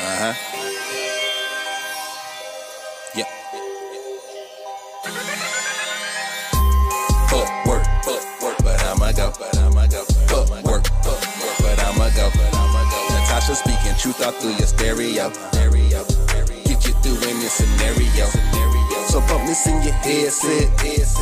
Uh-huh. truth all through your stereo. Get you through any scenario. So bump this in your headset.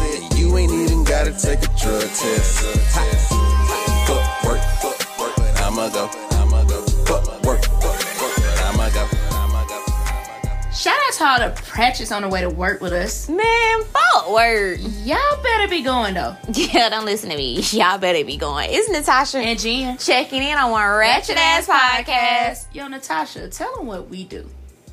And you ain't even gotta take a drug test. Ha. Fuck work, fuck work, but I'ma go. I'ma go. Fuck work, fuck work, but I'ma go. I'ma go. Shout out to all the Pratchett's on the way to work with us. Man, fault word. Y'all better be going though. Yeah, don't listen to me. Y'all better be going. It's Natasha And Jen. checking in on one Ratchet Ass Podcast. Yo, Natasha, tell them what we do.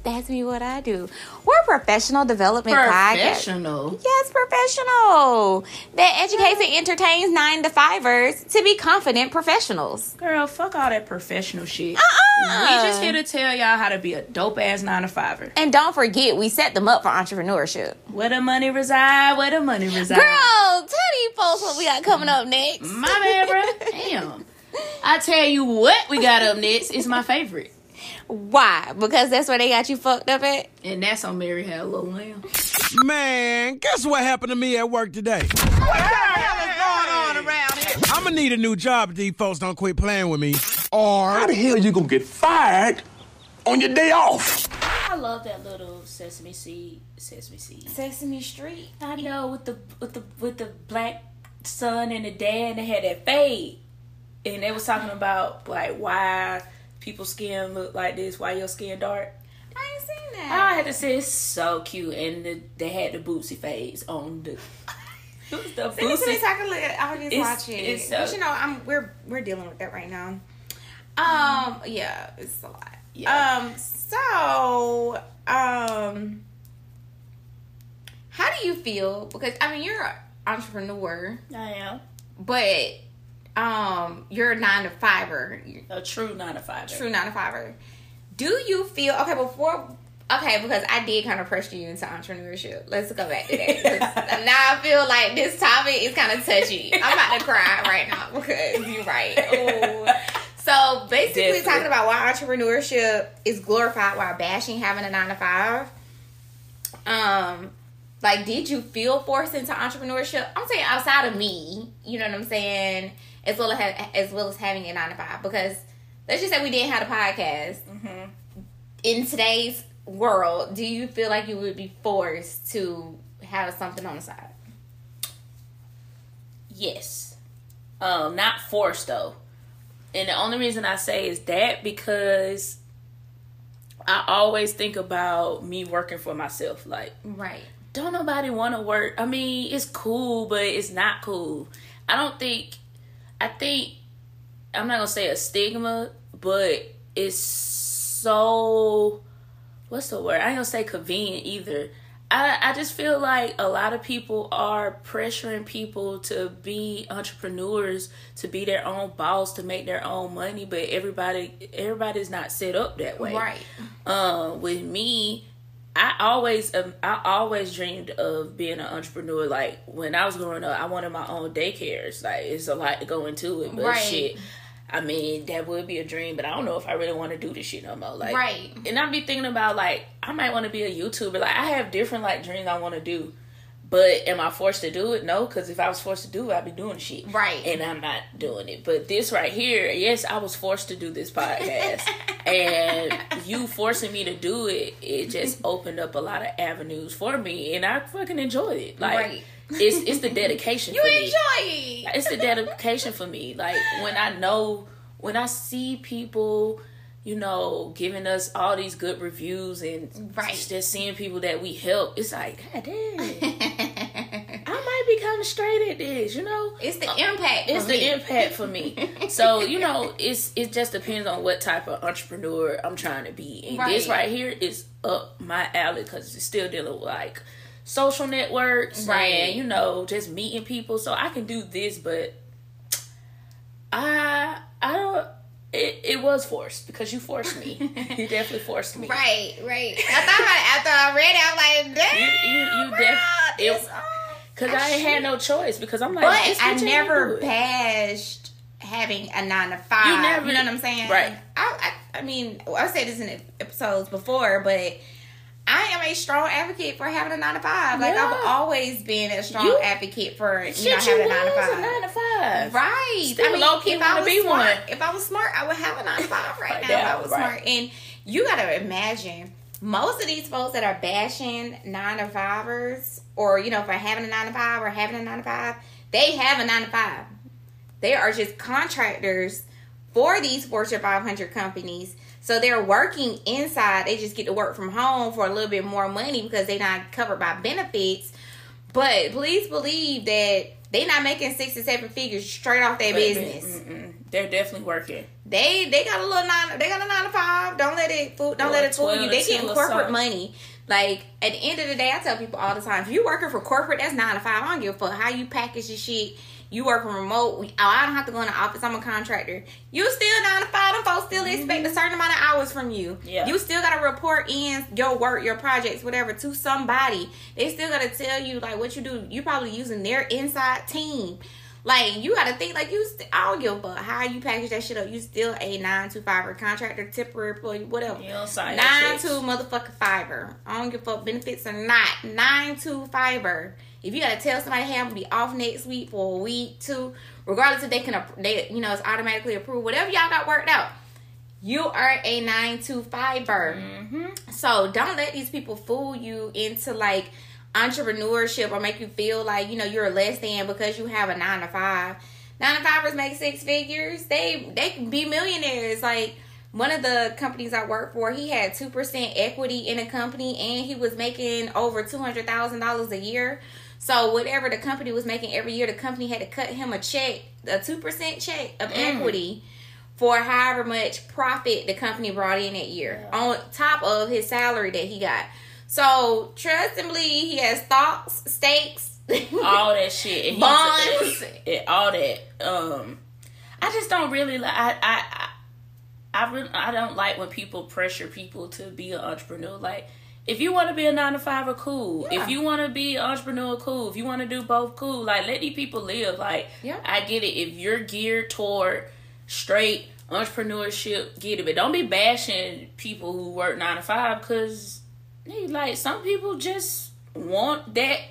That's me what I do. We're a professional development podcast. Professional. Yes, professional. That educates and entertains nine to fivers to be confident professionals. Girl, fuck all that professional shit. Uh-uh. We just here to tell y'all how to be a dope ass nine to fiver. and don't forget, we set them up for entrepreneurship. Where the money reside, where the money reside. Girl, tell these folks what we got coming up next. My bad, bro. Damn. I tell you what we got up next is my favorite. Why? Because that's where they got you fucked up at? And that's on Mary Had a Little Lamb. Man, guess what happened to me at work today? What the hell is going on around here? I'm gonna need a new job if these folks don't quit playing with me. Or How the hell you gonna get fired on your day off? I love that little sesame seed, sesame seed. Sesame Street. I know with the with the with the black son and the dad, and they had that fade, and they was talking about like why people's skin look like this, why your skin dark. I ain't seen I that. had to say it's so cute, and the, they had the bootsy fades on the. It was the bootsy. can look at audience It's- it's so- know, I'm we're we're dealing with that right now. Um, yeah, it's a lot. Yeah. Um, so um how do you feel? Because I mean you're an entrepreneur, I am but um you're a nine to fiver. You're a true nine to five. true nine to fiver. Do you feel okay before? Okay, because I did kind of pressure you into entrepreneurship. Let's go back to that. 'cause now I feel like this topic is kind of touchy. I'm about to cry right now because you're right. Ooh. So basically, Definitely. talking about why entrepreneurship is glorified while bashing having a nine to five. Um, like did you feel forced into entrepreneurship i'm saying outside of me you know what i'm saying as well as, as well as having a nine to five because let's just say we didn't have a podcast in today's world do you feel like you would be forced to have something on the side Yes. Um, not forced though. And the only reason I say is that because I always think about me working for myself. Like, right don't nobody want to work. I mean, it's cool, but it's not cool. I don't think. I think I'm not gonna say a stigma, but it's so. What's the word? I ain't gonna say convenient either. I I just feel like a lot of people are pressuring people to be entrepreneurs, to be their own boss, to make their own money, but everybody everybody's not set up that way right um with me i always um, i always dreamed of being an entrepreneur like when i was growing up i wanted my own daycares like it's a lot to go into it but Right. shit i mean that would be a dream but i don't know if i really want to do this shit no more like Right. and i'd be thinking about like i might want to be a youtuber like i have different like dreams i want to do but am I forced to do it? No, because if I was forced to do it, I'd be doing shit. Right. And I'm not doing it. But this right here, yes, I was forced to do this podcast. and you forcing me to do it, it just opened up a lot of avenues for me. And I fucking enjoyed it. Like, Right. it's, it's the dedication you for me enjoy it it's the dedication for me. Like when I know, when I see people, you know, giving us all these good reviews and Right. just seeing people that we help, it's like, God damn, I might be kind of straight at this, you know. it's the impact It's for the me. impact for me. So you know, it's it just depends on what type of entrepreneur I'm trying to be. And this Right. right here is up my alley because it's still dealing with like social networks Right. and you know just meeting people. So I can do this, but I I don't. It, it was forced because you forced me. you definitely forced me. right right i thought about it after i read it i'm like You damn you, you bro, definitely. this- Because I, ain't had no choice. Because I'm like, But this I bitch ain't do never it. bashed having a nine to five. You You never- know what I'm saying? Right. I, I, I mean, well, I've said this in episodes before, but I am a strong advocate for having a nine to five. Like Yeah. I've always been a strong You- advocate for you know Shit, having a you nine to was five. a nine to five. five. Right. Still I mean, low-key if wanna I was be smart, one. if I was smart, I would have a nine to five right now. if now, I was right. smart, and you gotta imagine most of these folks that are bashing nine to fivers, or you know, for having a nine to five or having a nine to five, they have a nine to five. They are just contractors for these Fortune 500 companies. So they're working inside. They just get to work from home for a little bit more money because they're not covered by benefits. But please believe that they not making six to seven figures straight off their But, business. mm-mm, They're definitely working. They they got a little nine. They got a nine to five. Don't let it fool. Don't Or let it fool 12 you. They to getting or corporate something. money. Like at the end of the day, I tell people all the time: if you working for corporate, that's nine to five. I don't give a fuck how you package your shit. You working remote. We, oh, I don't have to go in the office. I'm a contractor. You still nine to five. Them folks still expect a certain amount of hours from you. Mm-hmm. Yeah. You still gotta report in your work, your projects, whatever, to somebody. They still gotta tell you like what you do. You probably using their inside team. Like you gotta think like you. St- I don't give a fuck how you package that shit up. You still a nine to five or contractor, temporary employee, whatever. You don't sign your nine checks. to motherfucking fiber. I don't give a fuck benefits or not. Nine to fiber. If you gotta tell somebody, hey, I'm gonna be off next week for a week, two, regardless if they can, app- they you know it's automatically approved. Whatever y'all got worked out, you are a nine to fiber. So don't let these people fool you into like entrepreneurship or make you feel like you know you're less than because you have a nine to five. Nine to fivers make six figures. They they can be millionaires. Like one of the companies I work for, he had two percent equity in a company and he was making over two hundred thousand dollars a year. So whatever the company was making every year, the company had to cut him a check, a two percent check of equity for however much profit the company brought in that year on top of his salary that he got. So trust and believe he has stocks, stakes, all that shit and he's- Bonds. and all that. Um, I just don't really like. I I I- I, really, I don't like when people pressure people to be an entrepreneur. Like, if you want to be a nine to five, or cool. If you want to be an entrepreneur, cool. If you want to do both, cool. Like, let these people live. Like, Yeah. I get it. If you're geared toward straight entrepreneurship, get it. But don't be bashing people who work nine to five because Hey, like some people just want that.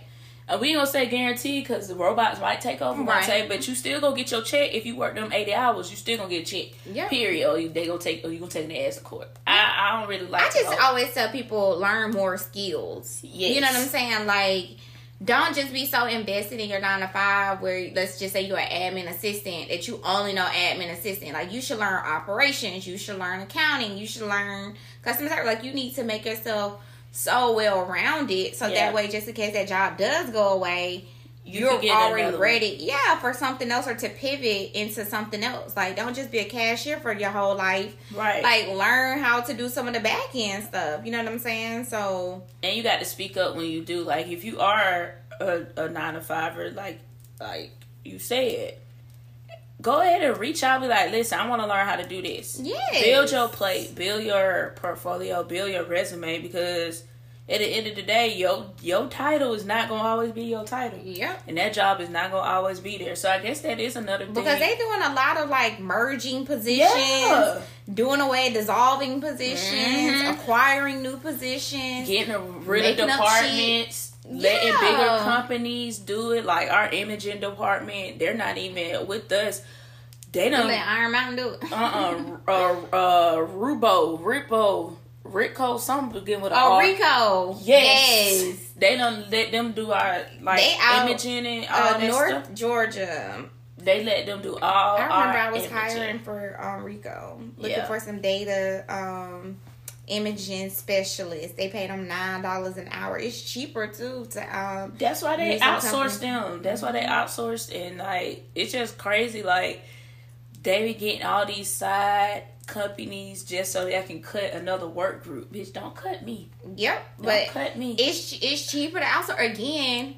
Uh, we ain't gonna say guaranteed because the robots might take over one Right. day, but you still gonna get your check if you work them eighty hours. You still gonna get a check. Yeah. Period. Or you, they gonna take. Or you gonna take their ass to court. I, I don't really like. oh. I just the whole- always tell people learn more skills. Yes. You know what I'm saying? Like, don't just be so invested in your nine to five where let's just say you're an admin assistant that you only know admin assistant. Like you should learn operations, you should learn accounting, you should learn customer service. Like you need to make yourself so well rounded so Yeah. that way just in case that job does go away, You you are could get already another one. ready. Yeah, for something else or to pivot into something else. Like don't just be a cashier for your whole life right. like learn how to do some of the back end stuff. You know what I'm saying? So and you got to speak up when you do. Like if you are a, a nine to fiver, like like you said, go ahead and reach out. Be like, listen, I want to learn how to do this. Yes. Build your plate. Build your portfolio. Build your resume because at the end of the day, your your title is not gonna always be your title. Yep. And that job is not gonna always be there. So I guess that is another thing. because they doing a lot of like merging positions, Yeah. Mm-hmm. doing away, dissolving positions, acquiring new positions. getting rid Making of up departments, letting Yeah. bigger companies do it. Like our imaging department, they're not even with us. They don't. Let Iron Mountain do it. Uh uh uh uh Rubo Ripo Rico. Some begin with a Oh, R. Rico. Uh, Yes. Yes. They don't let them do our like They out, imaging and all Uh, that North stuff. Georgia. They let them do all. I remember I was hiring hiring. for um, Rico, looking Yeah. for some data um, imaging specialists. They paid them nine dollars an hour. It's cheaper too to um, That's why they Using outsourced company. them. That's why they outsourced and like it's just crazy. Like they be getting all these side companies just so they can cut another work group. Bitch, don't cut me. Yep, Don't but cut me. it's it's cheaper to outsource again.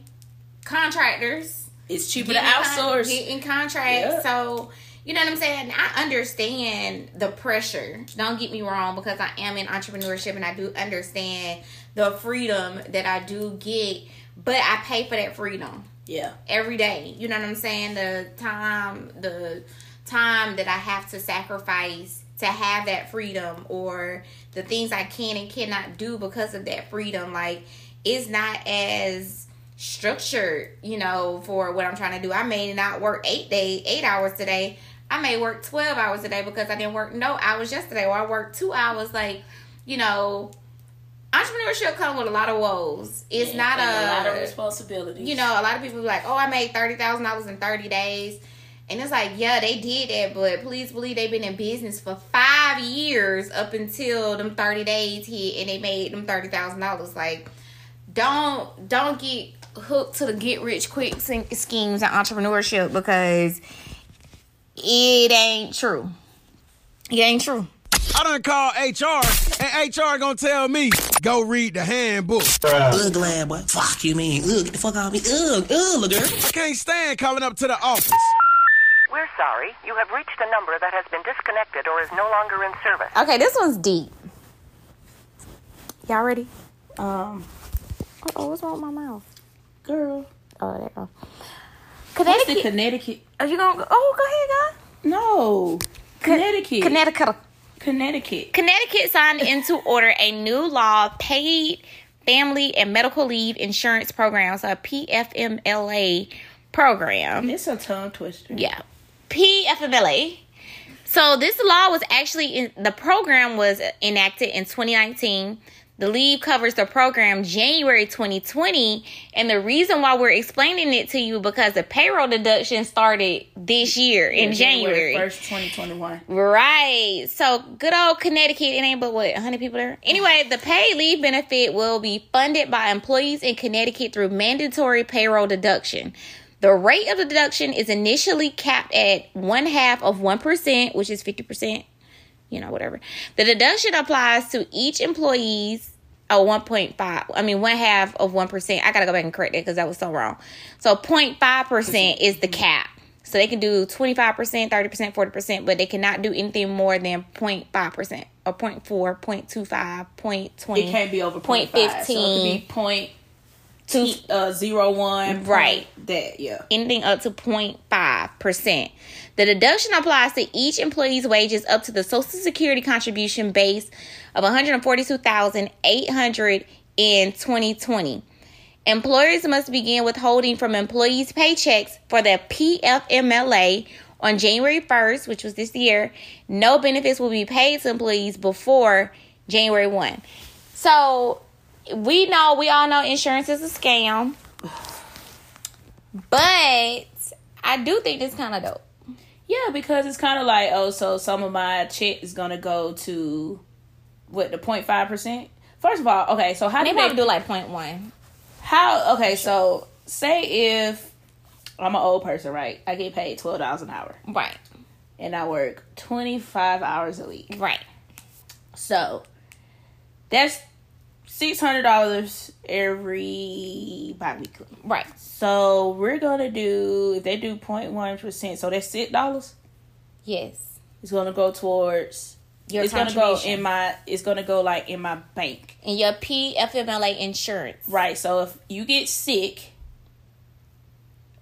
Contractors It's cheaper to getting con- outsource. getting contracts, Yep. so you know what I'm saying. I understand the pressure. Don't get me wrong, because I am in entrepreneurship and I do understand the freedom that I do get, but I pay for that freedom yeah. every day. You know what I'm saying? The time, the time that I have to sacrifice to have that freedom or the things I can and cannot do because of that freedom. Like it's not as structured, you know, for what I'm trying to do. I may not work eight day, eight hours today. I may work twelve hours today because I didn't work no hours yesterday, or I worked two hours. Like, you know, entrepreneurship comes with a lot of woes. It's not And a, lot of responsibilities. you know, a lot of people be like, oh, I made thirty thousand dollars in thirty days, and it's like, yeah, they did that, but please believe they've been in business for five years up until them thirty days hit, and they made them thirty thousand dollars. Like, don't don't get hooked to the get rich quick sing- schemes and entrepreneurship because it ain't true. It ain't true. I done call HR, and HR gonna tell me, go read the handbook. Ugh, glad boy. Fuck you, man. Ugh, get the fuck out of me. Ugh, ugh, girl. I can't stand calling up to the office. We're sorry. You have reached a number that has been disconnected or is no longer in service. Okay, this one's deep. Y'all ready? Um. Oh, what's wrong with my mouth? girl. Oh, there you go. The Connecticut. Uh, Connecticut. Are you gonna? Oh, No. Connecticut. go ahead, guys. Connecticut. Connecticut. Connecticut signed into order a new law paid family and medical leave insurance program, so a PFMLA program. It's a tongue twister. Yeah. PFMLA. So this law was actually in the program was enacted in 2019. The leave covers the program January 2020, and the reason why we're explaining it to you because the payroll deduction started this year in January. first, 2021. Right. So good old Connecticut. It ain't but what, 100 people there? Anyway, the paid leave benefit will be funded by employees in Connecticut through mandatory payroll deduction. The rate of the deduction is initially capped at one half of 1%, which is 50%, you know, whatever. The deduction applies to each employee's. Oh, 1.5. I mean, one half of 1%. I got to go back and correct that because that was so wrong. So 0.5% is the cap. So they can do 25%, 30%, 40%, but they cannot do anything more than 0.5% or 0.4, 0.25, 0.20. It can't be over Mm. Point point five. So it could be point Two- t- uh, zero one. point Right. That yeah. anything up to 0.5%. The deduction applies to each employee's wages up to the Social Security contribution base of 142,800 in 2020. Employers must begin withholding from employees' paychecks for the PFMLA on January 1st, which was this year. No benefits will be paid to employees before January 1. So, we know, we all know insurance is a scam. But I do think this kind of dope. Yeah, because it's kind of like oh, so some of my check is gonna go to what the point five percent. First of all, okay, so how They do probably they do like point one. how? Okay, so say if I'm an old person, right? I get paid twelve dollars an hour, Right. and I work twenty five hours a week. Right. So that's six hundred dollars every biweekly. Right. So we're gonna do if they do 0.1 percent, so that's six dollars. Yes. It's gonna go towards. Your it's gonna go contribution in my. It's gonna go like in my bank, and your PFMLA insurance. right? So if you get sick,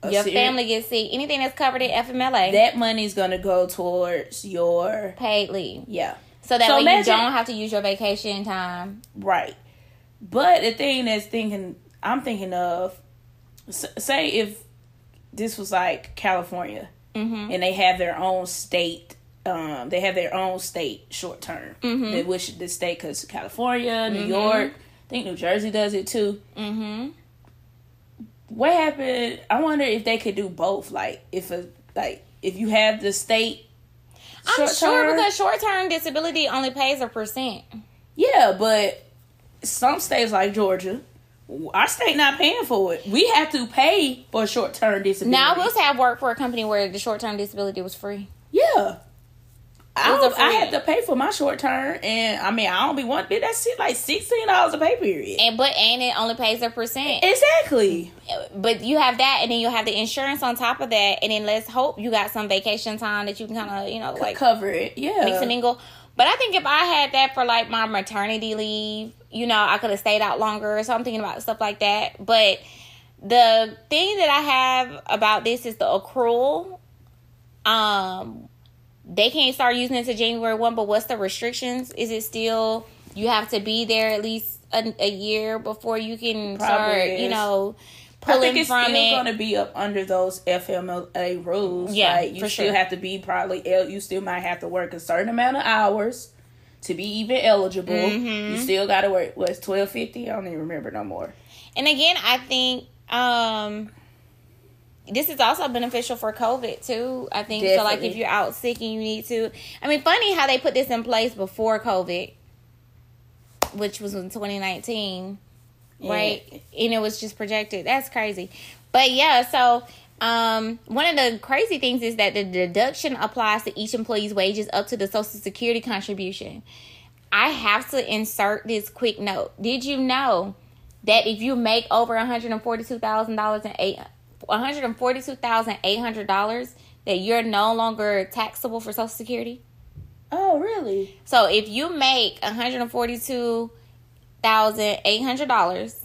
a Your seri- family gets sick. Anything that's covered in FMLA, that money's gonna go towards your paid leave. yeah. So that So way imagine- you don't have to use your vacation time. Right. But the thing that's thinking, I'm thinking of, s- say if this was like California, Mm-hmm. and they have their own state, um, they have their own state short term. Mm-hmm. They wish the state because California, New York, I think New Jersey does it too. Mm-hmm. What happened? I wonder if they could do both. Like if a like if you have the state. I'm short sure term- because short term disability only pays a percent. Yeah, but some states like Georgia, our state not paying for it. We have to pay for short term disability. Now I will say I worked for a company where the short term disability was free. yeah. I, It was a don't- I free- have to pay for my short term, and I mean I don't be one bit. That's it, like sixteen dollars a pay period. And but and it only pays a percent. exactly. but you have that, and then you have the insurance on top of that, and then let's hope you got some vacation time that you can kind of, you know, like Cover it. Yeah. mix and mingle. But I think if I had that for like my maternity leave, you know, I could have stayed out longer. So I'm thinking about stuff like that. But the thing that I have about this is the accrual. Um, they can't start using it to January one. But what's the restrictions? Is it still you have to be there at least a, a year before you can Probably start? You is. know, I pulling think it's from still it. gonna be up under those FMLA rules. Yeah, like, you for still sure. have to be probably el- you still might have to work a certain amount of hours to be even eligible. You still gotta work what's twelve fifty? I don't even remember no more. And again, I think um this is also beneficial for COVID too. I think so. Like if Definitely. you're out sick and you need to, I mean, funny how they put this in place before COVID, which was in 2019, right? And it was just projected. That's crazy. But yeah, so um, one of the crazy things is that the deduction applies to each employee's wages up to the Social Security contribution. I have to insert this quick note. Did you know that if you make over one hundred and forty-two thousand dollars and eight one hundred and forty-two thousand eight hundred dollars, that you're no longer taxable for Social Security? Oh really? So if you make one hundred and forty-two thousand eight hundred dollars,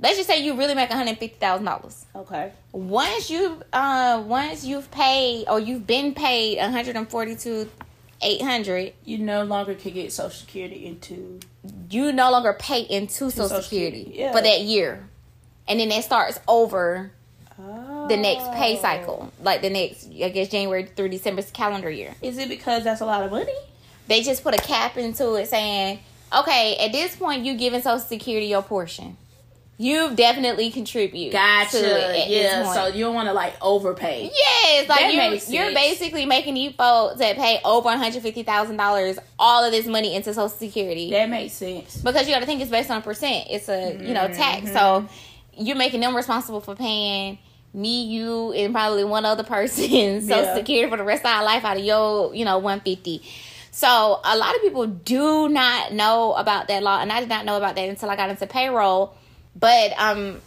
let's just say you really make one hundred fifty thousand dollars. Okay. Once you uh once you've paid or you've been paid one hundred and forty-two eight hundred, You no longer could get social security into you no longer pay into Social, Social Security, Security, yeah. for that year, and then it starts over oh. the next pay cycle, like the next I guess January through December's calendar year. Is it because that's a lot of money? They just put a cap into it, saying, "Okay, at this point, you giving Social Security your portion. You've definitely contributed to it at this Yeah. point." So you don't wanna like overpay. Yes, That like you're, makes you're sense. basically making you folks that pay over one hundred fifty thousand dollars all of this money into Social Security. That makes sense. because you got to think it's based on percent. It's a you know tax, so you're making them responsible for paying me, you, and probably one other person social Yeah. security for the rest of our life out of your you know one fifty. So a lot of people do not know about that law, and I did not know about that until I got into payroll. But um,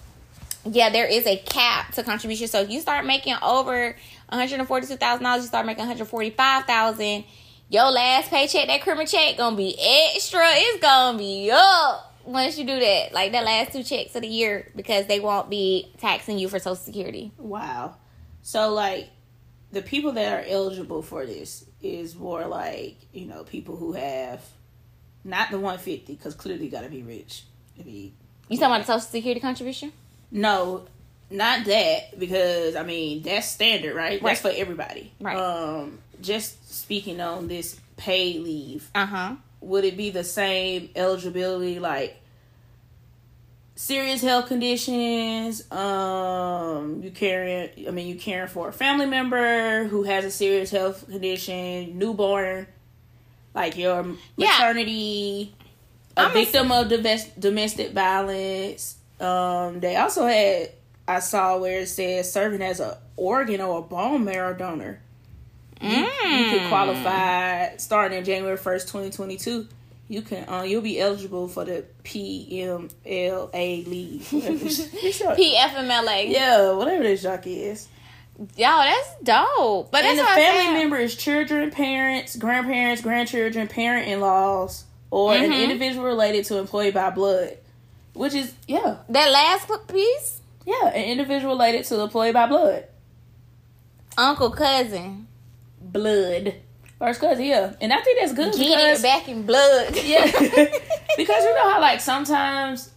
yeah, there is a cap to contribution. So if you start making over one hundred and forty-two thousand dollars, you start making one hundred forty-five thousand. Your last paycheck, that criminal check, gonna be extra. It's gonna be up once you do that. Like that last two checks of the year because they won't be taxing you for Social Security. Wow. So like the people that are eligible for this is more like, you know, people who have not the 150 cuz clearly got to be rich. I mean, You talking about the Social Security contribution? no, not that because I mean, that's standard, right? That's for Right. everybody. Right. Um just speaking on this paid leave, Uh huh. would it be the same eligibility like serious health conditions um you caring i mean you caring for a family member who has a serious health condition newborn like your Yeah. maternity a victim of domestic domestic violence um they also had i saw where it says serving as a organ or a bone marrow donor you Mm. could qualify starting in January first, twenty twenty two. You can uh, you'll be eligible for the PMLA leave. Whatever it's- PFMLA. Yeah. yeah, whatever this jock is. Yo, that's dope. But that's and the what I'm family saying. member is children, parents, grandparents, grandchildren, parent in laws, or Mm-hmm. an individual related to employee by blood. Which is yeah, That last piece, yeah, an individual related to employee by blood. uncle, cousin, Blood. First cousin, yeah. And I think that's good get because it back in blood. Yeah. because you know how like sometimes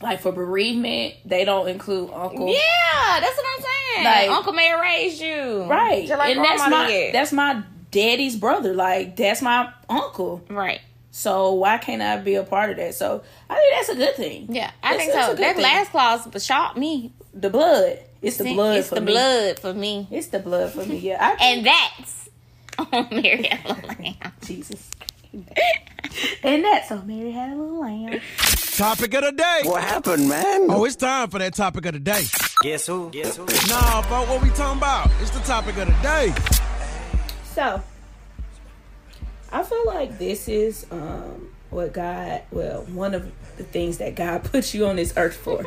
like for bereavement they don't include uncle. Yeah, that's what I'm saying. Like- Uncle May raised you, Right. Just like and that's grandma my did. that's my daddy's brother. Like that's my uncle. right. So why can't I be a part of that? So I think that's a good thing. Yeah, I It's- think it's a so. good That thing. last clause shot me. The blood. It's the See, blood It's for the me. blood for me, It's the blood for me. Yeah. I and that's on Mary Ellen Lamb. Jesus. and that's how Mary had a little lamb. Topic of the day. What happened, man? Oh, it's time for that topic of the day. Guess who? Guess who? Nah, but what we talking about? It's the topic of the day. So, I feel like this is um, what God, well, one of the things that God put you on this earth for.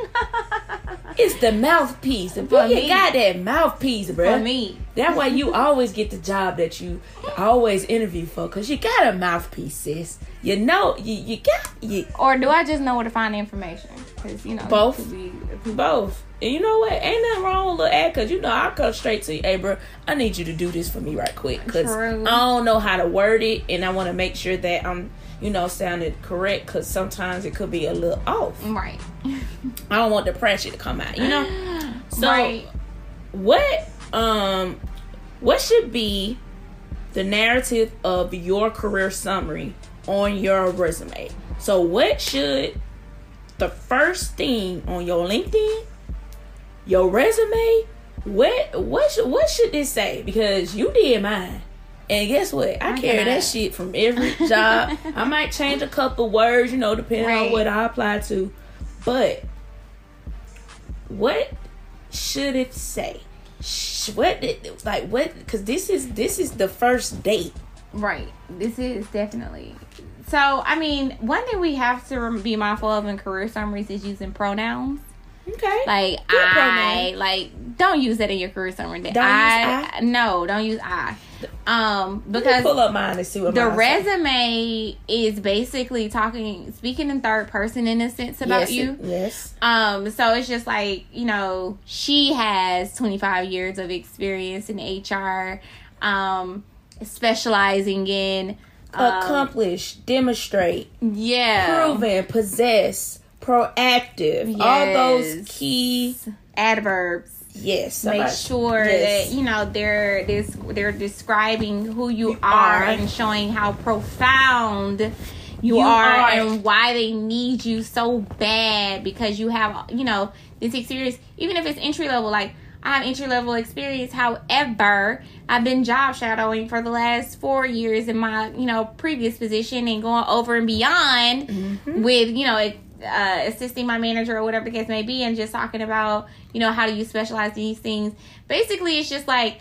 it's the mouthpiece. And for you got that mouthpiece, bro. me. That way you always get the job that you always interview for because you got a mouthpiece, sis. You know, you, you got you, Or do I just know where to find the information? Because you know, Both. it could be- both. And you know what? Ain't nothing wrong with a little ad because you know I'll come straight to you. Hey, bro, I need you to do this for me right quick because I True. don't know how to word it and I want to make sure that I'm, you know, sounded correct because sometimes it could be a little off. Right. I don't want the pressure to come out, you know? So, right. what um what should be the narrative of your career summary on your resume so what should the first thing on your linkedin your resume what what should what should this say because you did mine and guess what? I, carry cannot. that shit from every job. I might change a couple words, you know, depending Right. on what I apply to. But what should it say? Sh- What did like what? Because this is this is the first date. Right. This is definitely. So, I mean, one thing we have to rem- be mindful of in career summaries is using pronouns. Okay. Like Good I, pronoun. like don't use that in your career summary. Don't I, use I? no, don't use I. Um, Let me pull because up mine and see what the mine say. resume is basically talking, speaking in third person in a sense about yes, you. it- Yes. Um, so it's just like, you know, she has 25 years of experience in HR, um, specializing in, um, Accomplish, demonstrate, yeah, proven, possess, proactive. All those Yes. key. adverbs. Yes. Make somebody- sure yes. that you know they're this they're describing who you, are. are, and showing how profound you, You are, are. and why they need you so bad because you have you know this experience even if it's entry level like I have entry level experience however I've been job shadowing for the last 4 years in my you know previous position and going over and beyond Mm-hmm. with you know it, uh, assisting my manager or whatever the case may be and just talking about you know how do you specialize in these things basically it's just like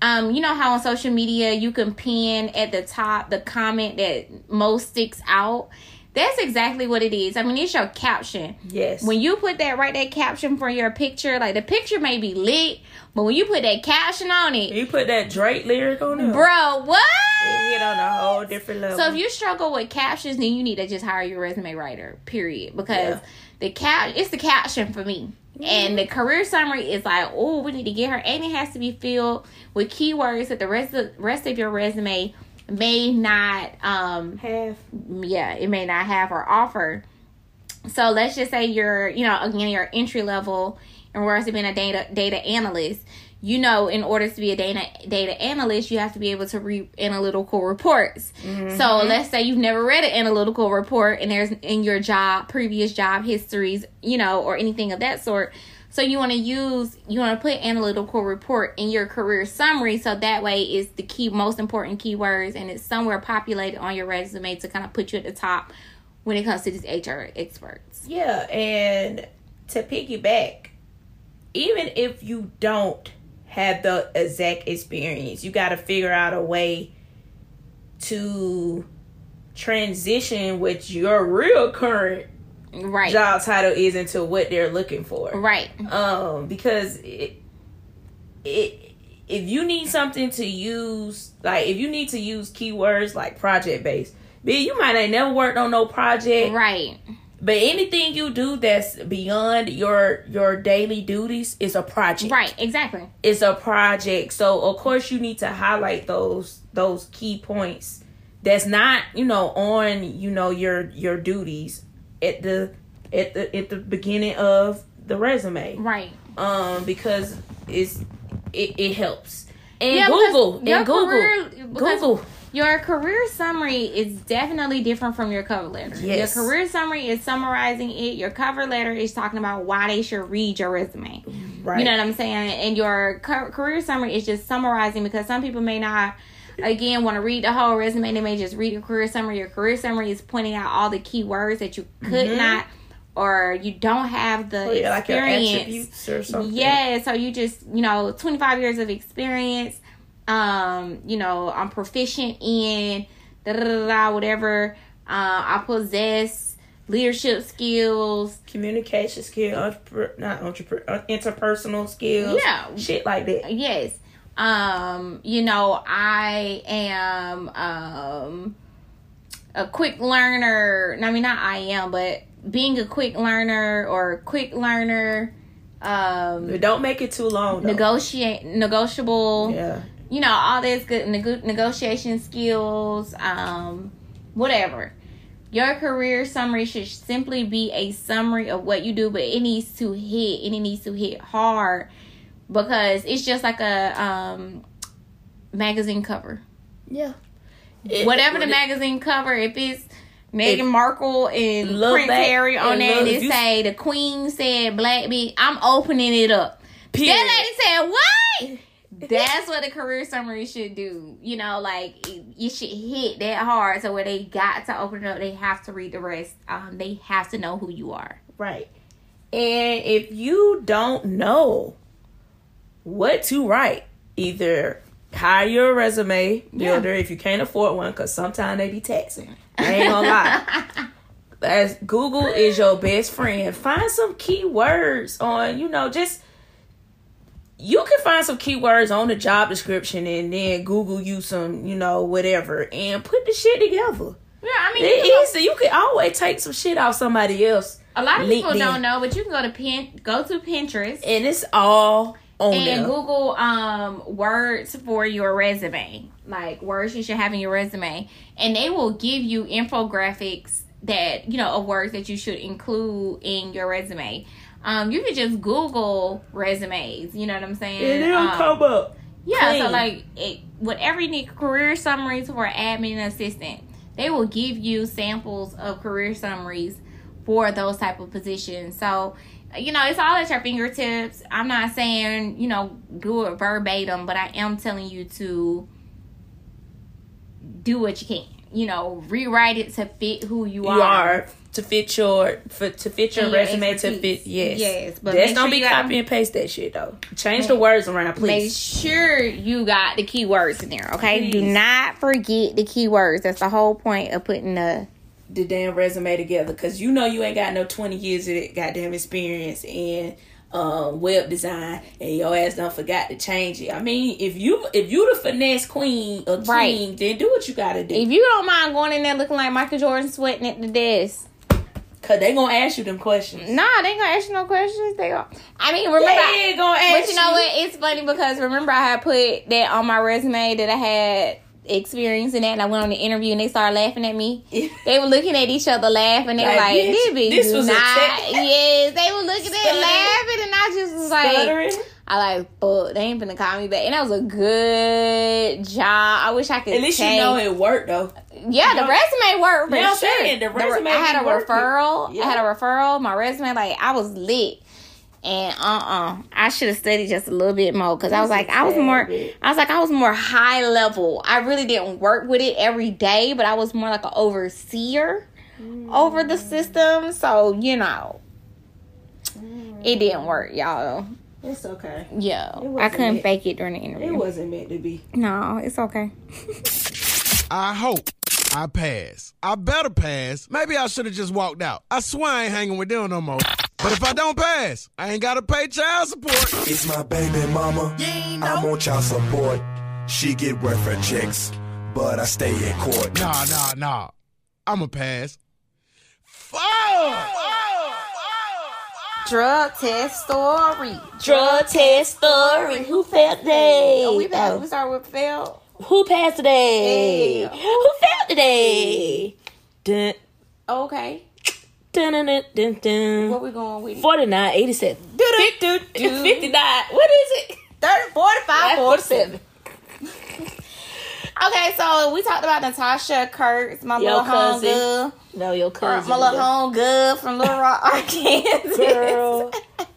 um, you know how on social media you can pin at the top the comment that most sticks out. That's exactly what it is. I mean, it's your caption. Yes. When you put that right, that caption for your picture, like the picture may be lit, but when you put that caption on it, you put that Drake lyric on it. bro, what? it hit on a whole different level. So if you struggle with captions, then you need to just hire your resume writer. Period. Because Yeah. the cap it's the caption for me. And the career summary is like, oh, we need to get her, and it has to be filled with keywords that the rest of, rest of your resume may not, um, have yeah, it may not have or offer. So let's just say you're, you know, again, you're entry level in regards to being a data data analyst. You know, in order to be a data data analyst, you have to be able to read analytical reports. So let's say you've never read an analytical report, and there's in your job previous job histories, you know, or anything of that sort. So you want to use you want to put analytical report in your career summary, so that way it's the key most important keywords, and it's somewhere populated on your resume to kind of put you at the top when it comes to these HR experts. Yeah, and to piggyback, even if you don't have the exact experience, you got to figure out a way to transition what your real current Right. job title is into what they're looking for. Right. um because it, it if you need something to use like if you need to use keywords like project based B, you might ain't never worked on no project, Right. but anything you do that's beyond your your daily duties is a project. Right. Exactly. It's a project. So of course you need to highlight those those key points that's not, you know, on, you know, your your duties at the at the at the beginning of the resume Right. um because it's it, it helps and Yeah, because google your and google career- because- google Your career summary is definitely different from your cover letter. Yes. Your career summary is summarizing it. Your cover letter is talking about why they should read your resume. right You know what I'm saying? And your ca- career summary is just summarizing because some people may not, again, want to read the whole resume. They may just read your career summary. Your career summary is pointing out all the key words that you could not or you don't have the Mm-hmm. Oh, yeah, like your experience. attributes or something Yeah, so you just, you know, 25 years of experience. Um, you know, I'm proficient in da da da, da whatever. Uh, I possess leadership skills. communication skill entrepre- not entrepreneur interpersonal skills Yeah. shit like that Yes. Um, you know, I am um a quick learner. I mean, not I am, but being a quick learner or quick learner um, But don't make it too long. Though. negotiate, negotiable. yeah. you know, all this good nego- negotiation skills, um, whatever. Your career summary should simply be a summary of what you do, but it needs to hit and it needs to hit hard because it's just like a um, magazine cover. Yeah. Whatever the magazine cover, if it's Meghan Markle and Lil Prince Bac- Harry on and there, and Lil- it if you- say the Queen said black bitch, I'm opening it up. Period. That lady said, "What?" That's what a career summary should do. You know, like it- you should hit that hard so where they got to open it up, they have to read the rest. Um, they have to know who you are. Right. And if you don't know what to write, either hire your resume builder if you can't afford one, because sometimes they be taxing. I ain't gonna lie. As Google is your best friend. Find some keywords on, you know, just you can find some keywords on the job description and then Google you some, you know, whatever and put the shit together. Yeah, I mean, you can go- It's easy. You can always take some shit off somebody else. a lot of people LinkedIn. don't know, but you can go to pin, go to Pinterest. and it's all on and there. Google um words for your resume, like words you should have in your resume, and they will give you infographics that you know of words that you should include in your resume. Um, you can just Google resumes. You know what I'm saying? And it'll Um, come up. yeah, so clean. like it, whatever you need career summaries for admin assistant, they will give you samples of career summaries for those type of positions. So, you know, it's all at your fingertips. I'm not saying, you know, do it verbatim, but I am telling you to do what you can. You know, rewrite it to fit who you, You are to fit your for, to fit your And your resume to expertise. fit yes Yes, but Just make don't sure be you got- copy and paste that shit though. Change the words around, Make please. sure you got the keywords in there, okay? Do not forget the keywords. That's the whole point of putting the the damn resume together because you know you ain't got no twenty years of that goddamn experience in um, web design and your ass done forgot to change it. I mean, if you if you the finesse queen or king, Right. then do what you gotta do If you don't mind going in there looking like Michael Jordan sweating at the desk, because they gonna ask you them questions. nah, they ain't gonna ask you no questions. They gonna, I mean, remember, They ain't gonna ask but you know what? It's funny because remember I had put that on my resume that I had experience in that, and I went on the interview and they started laughing at me. They were looking at each other laughing. They were Like, like, bitch, "This bitch, this do was a not." test. yes, they were looking at Stuttering. it, laughing, and I just was like, Stuttering. I like, fuck, they ain't finna call me back. And that was a good job. I wish I could. At least take- you know it worked though. Yeah, the resume worked for Yeah, I'm sure. saying, the The re- resume I had a be worth it. referral. Yeah. I had a referral. My resume, like I was lit. And uh uh I should have studied just a little bit more because I was like I was more I was like I was more high level. I really didn't work with it every day, but I was more like an overseer Mm. over the system. So you know, it didn't work, y'all. It's okay. Yeah, I wasn't couldn't Mm. it. fake it during the It interview. Mm-hmm. wasn't meant to be. no, it's okay. I hope I pass. I better pass. Maybe I should have just walked out. I swear I ain't hanging with them no more. But if I don't pass, I ain't gotta pay child support. It's my baby mama. I'm on child support. She get work for chicks, but I stay in court. Nah, nah, nah. I'ma pass. Fuck! Drug test story. Drug test story. Who failed today? Oh, we passed. We started with fail. Who passed today? Yeah. Who failed today? Dun, Oh, Okay, dun, dun, dun, dun, where dun. we going with it? 49, 87. Fif- 59. What is it? 30, 45, 47. Okay, so we talked about Natasha Kurtz, my Your little cousin. homegirl, No, your cousin. my little homegirl from Little Rock, Arkansas. Girl.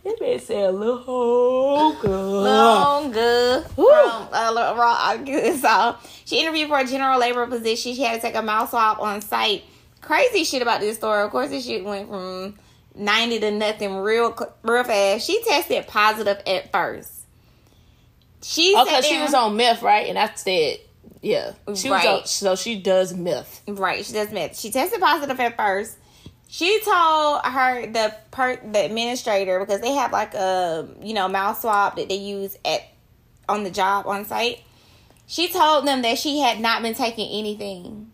That man said, little hoe girl. Longa from uh, Little Rock, Arkansas. She interviewed for a general labor position. She had to take a mouth swab on site. Crazy shit about this story. Of course, this shit went from 90 to nothing real cl- real fast. She tested positive at first. She Oh, 'cause sat she down- was on meth, right? And I said, yeah. She Right. was on, so she does meth. Right, she does meth. She tested positive at first. She told her the per the administrator because they have like a you know mouth swab that they use at on the job on site. She told them that she had not been taking anything.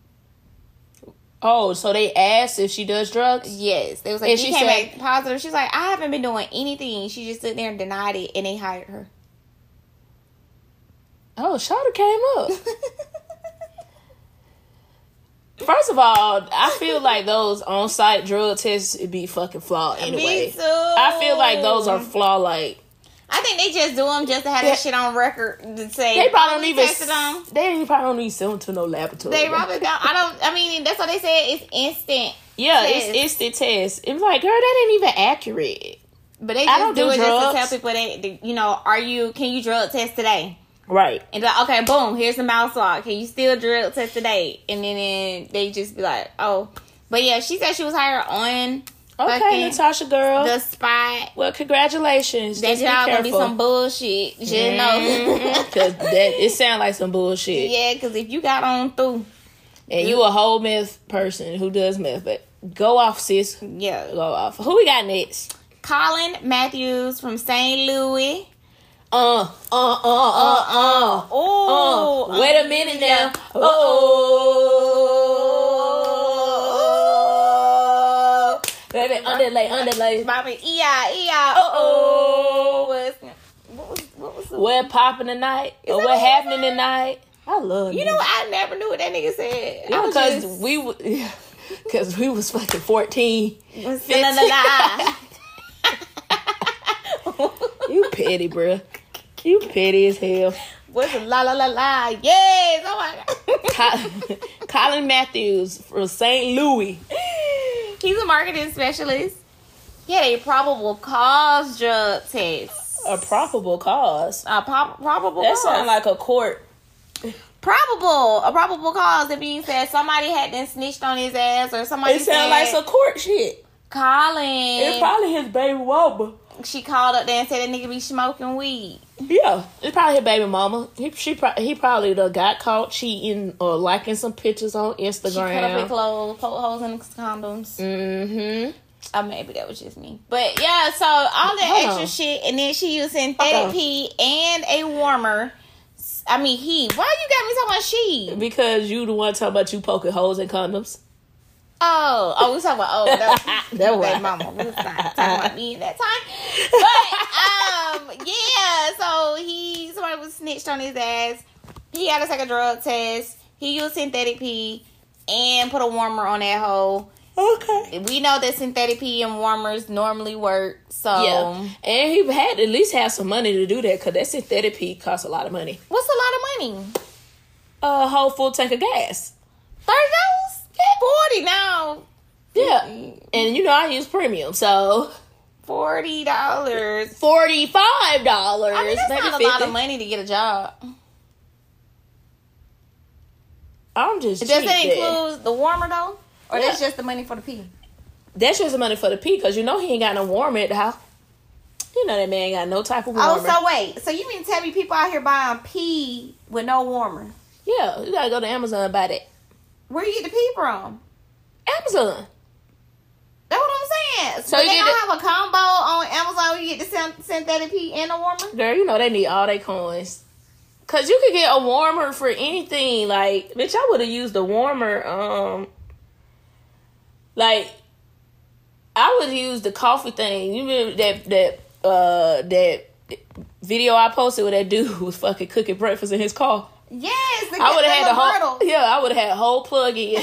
Oh, so they asked if she does drugs? Yes, they was like And she she came said- back positive. She's like, I haven't been doing anything. She just stood there and denied it, and they hired her. Oh, Shawty came up. First of all, I feel like those on-site drug tests be fucking flawed anyway. Me too. I feel like those are flawed. Like I think they just do them just to have that shit on record to say they probably don't "We even tested them. s- they ain't probably don't even send them to no laboratory. They probably don't. I don't. I mean, that's what they said. It's instant. yeah, test. it's instant test. It's like, girl, that ain't even accurate. But I they just don't do, do it drugs. just to tell people that you know, are you can you drug test today? Right. And they're like, okay, boom, here's the mouse log. Can you still drug test today? And then, then they just be like, oh, but yeah, she said she was hired on Okay, Fucking Natasha, girl. the spot. well, congratulations. That Just Oh. be y'all gonna be careful. Mm-hmm. some bullshit. Just know. Cause that it sounds like some bullshit. yeah, because if you got on through, And you a whole meth person who does meth, but go off, sis. yeah. Go off. Who we got next? Colin Matthews from St. Louis. Uh, uh, uh, uh, uh. Oh, uh. Wait a minute now. Oh. Baby, underlay, underlay. Bobby, E-I, E-I, oh, oh. What was, what was the What popping tonight? Or that what what you happening tonight? I love You know, what? I never knew what that nigga said. I was because just we w- because we was fucking 14. was feeling alive. You petty, bruh. You petty as hell. What's a la la la la? Yes, oh my god. Col- Colin Matthews from St. Louis. He's a marketing specialist. He had a probable cause drug test. A probable cause. A prob- probable That cause. sounds like a court. probable. A probable cause. It means that somebody had been snitched on his ass or somebody. It sounds like some court shit. It's Colin. probably his baby mama. she called up there and said that nigga be smoking weed. Yeah, it's probably his baby mama. He she pro- he probably done got caught cheating or liking some pictures on She cut up his Instagram. clothes, poke holes in his condoms. Mm-hmm. Or maybe that was just me. But yeah, so all that Hold extra on. shit, and then she used synthetic on. pee and a warmer. S- I mean, he. Why you got me talking about she? Because you the one talking about you poking holes in condoms. Oh, oh, we talking about oh, that was, That that was- was mama. We was not talking about me in that time. But um, yeah. So he somebody was snitched on his ass. He had to take a drug test. He used synthetic pee and put a warmer on that hole. Okay. We know that synthetic pee and warmers normally work. So Yeah, Um, and he had to at least have some money to do that because that synthetic pee costs a lot of money. What's a lot of money? A whole full tank of gas. Thirty dollars? Forty now. Yeah, and you know I use premium, so Forty dollars. forty-five dollars. I mean, that's not a lot of money to get a job. I'm just Does cheap that then. include the warmer though, or Yeah. that's just the money for the E pee? That's just the money for the pee because you know he ain't got no warmer at the house. You know that man ain't got no type of warmer. Oh, so wait. So you mean to tell me people out here buying pee with no warmer? yeah, you gotta go to Amazon and buy that. Where you get the pee from? Amazon. That's what I'm saying. So So but you they did don't it- have a combo on Amazon where you get the syn- synthetic pee and a warmer. Girl, you know they need all their coins. Cause you could get a warmer for anything. Like, bitch, I would have used a warmer, um like I would use the coffee thing. You remember that that uh that video I posted where that dude was fucking cooking breakfast in his car. Yes, the, I would have had the little whole brittle. yeah, I would have had a whole plug in. Bitch,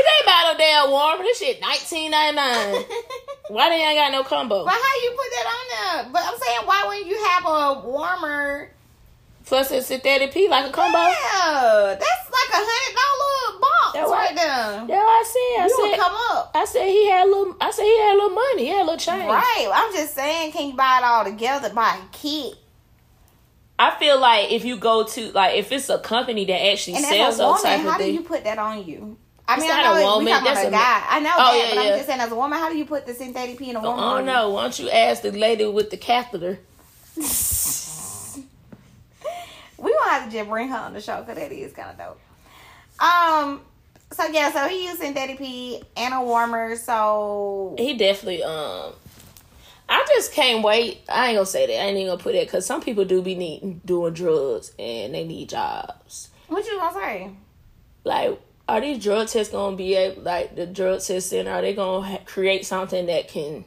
ain't buy no damn warmer. This shit nineteen ninety nine. Why they ain't got no combo? But how you put that on there? But I'm saying, why wouldn't you have a warmer? Plus it's synthetic pee like a combo. Yeah, that's like a hundred dollar box That right right. there. Yeah, I said. I You would said. come up. I said he had a little. I said he had a little money. He had a little change. Right. I'm just saying, can you buy it all together by a kit? I feel like if you go to like if it's a company that actually And sells as a those woman, type how of do thing, you put that on you? I mean, It's I not a know it- we woman, talking that's about a a guy. I know Oh, that, yeah, but yeah. I'm just saying, as a woman, how do you put the synthetic pee in a woman? I don't know. Why don't you ask the lady with the catheter? We gonna have to just bring her on the show because that is kind of dope. Um. So yeah, so he used synthetic pee and a warmer. So He definitely. Um, I just can't wait. I ain't gonna say that. I ain't even gonna put that because some people do be needing doing drugs and they need jobs. what you gonna say? Like are these drug tests gonna be able, like the drug test center? Are they gonna ha- create something that can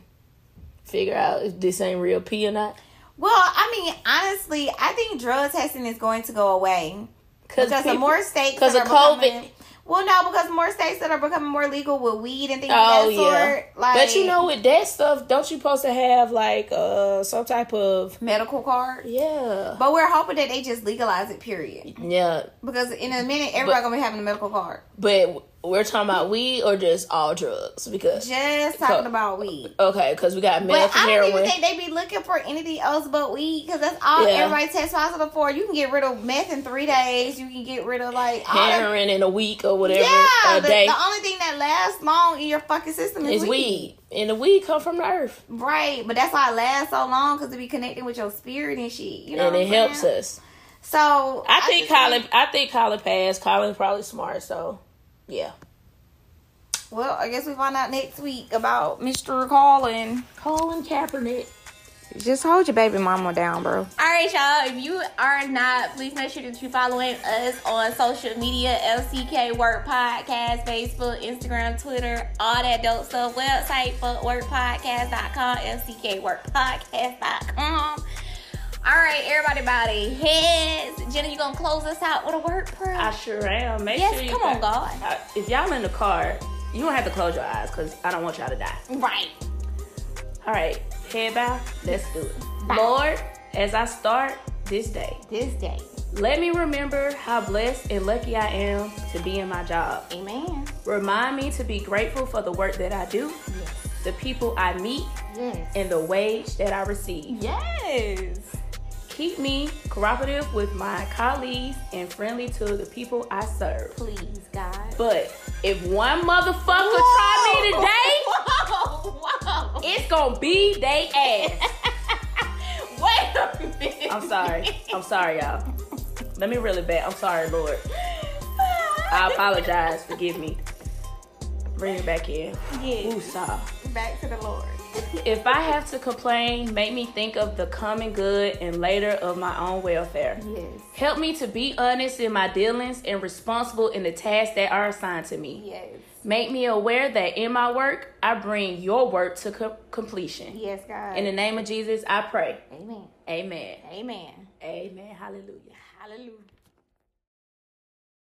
figure out if this ain't real pee or not? Well, I mean, honestly, I think drug testing is going to go away because the people- more states 'cause that of are COVID. becoming- well, no, because more states that are becoming more legal with weed and things Oh of that yeah, sort. Like, but you know with that stuff, don't you supposed to have like uh some type of medical card. yeah, But we're hoping that they just legalize it. Period. yeah? Because in a minute, everybody gonna be having a medical card. But we're talking about weed or just all drugs because Just talking about weed. okay, because we got But meth I and don't heroin. even think they be looking for anything else but weed because that's all Yeah. everybody tests positive for. You can get rid of meth in three days. You can get rid of like all that- Heroin in a week or whatever Yeah, a the, day the only thing that lasts long in your fucking system is is weed. weed, and the weed come from the earth, right? But that's why it lasts so long because it be connecting with your spirit and shit. You know, and what it I'm helps saying? us. So I think just Colin. I think Colin passed. Colin's probably smart, so yeah. Well, I guess we find out next week about Mr. Colin. Colin Kaepernick. Just hold your baby mama down, bro. All right, y'all. If you are not, please make sure that you're following us on social media LCK Work Podcast, Facebook, Instagram, Twitter, all that dope stuff. Website, footworkpodcast.com, LCKWorkPodcast.com. All right, everybody, body heads. Jenna, you gonna close us out with a word prayer? I sure am. Make Yes, sure you come on, God. Uh, If y'all in the car, you don't have to close your eyes because I don't want y'all to die. Right. All right, head bow. Let's do it. Lord, as I start this day, This day. let me remember how blessed and lucky I am to be in my job. Amen. Remind me to be grateful for the work that I do, the people I meet, and the wage that I receive. Yes. Keep me cooperative with my colleagues and friendly to the people I serve. Please, God. But if one motherfucker try me today, Whoa, whoa. it's gonna be they ass. Wait a minute. I'm sorry. I'm sorry, y'all. Let me reel it back. I'm sorry, Lord. I apologize. Forgive me. Bring it back in. Ooh, sorry. Back to the Lord. If I have to complain, make me think of the common good and later of my own welfare. Yes. Help me to be honest in my dealings and responsible in the tasks that are assigned to me. Yes. Make me aware that in my work, I bring your work to co- completion. Yes, God. In the name of Jesus, I pray. Amen. Amen. Amen. Amen. Hallelujah. Hallelujah.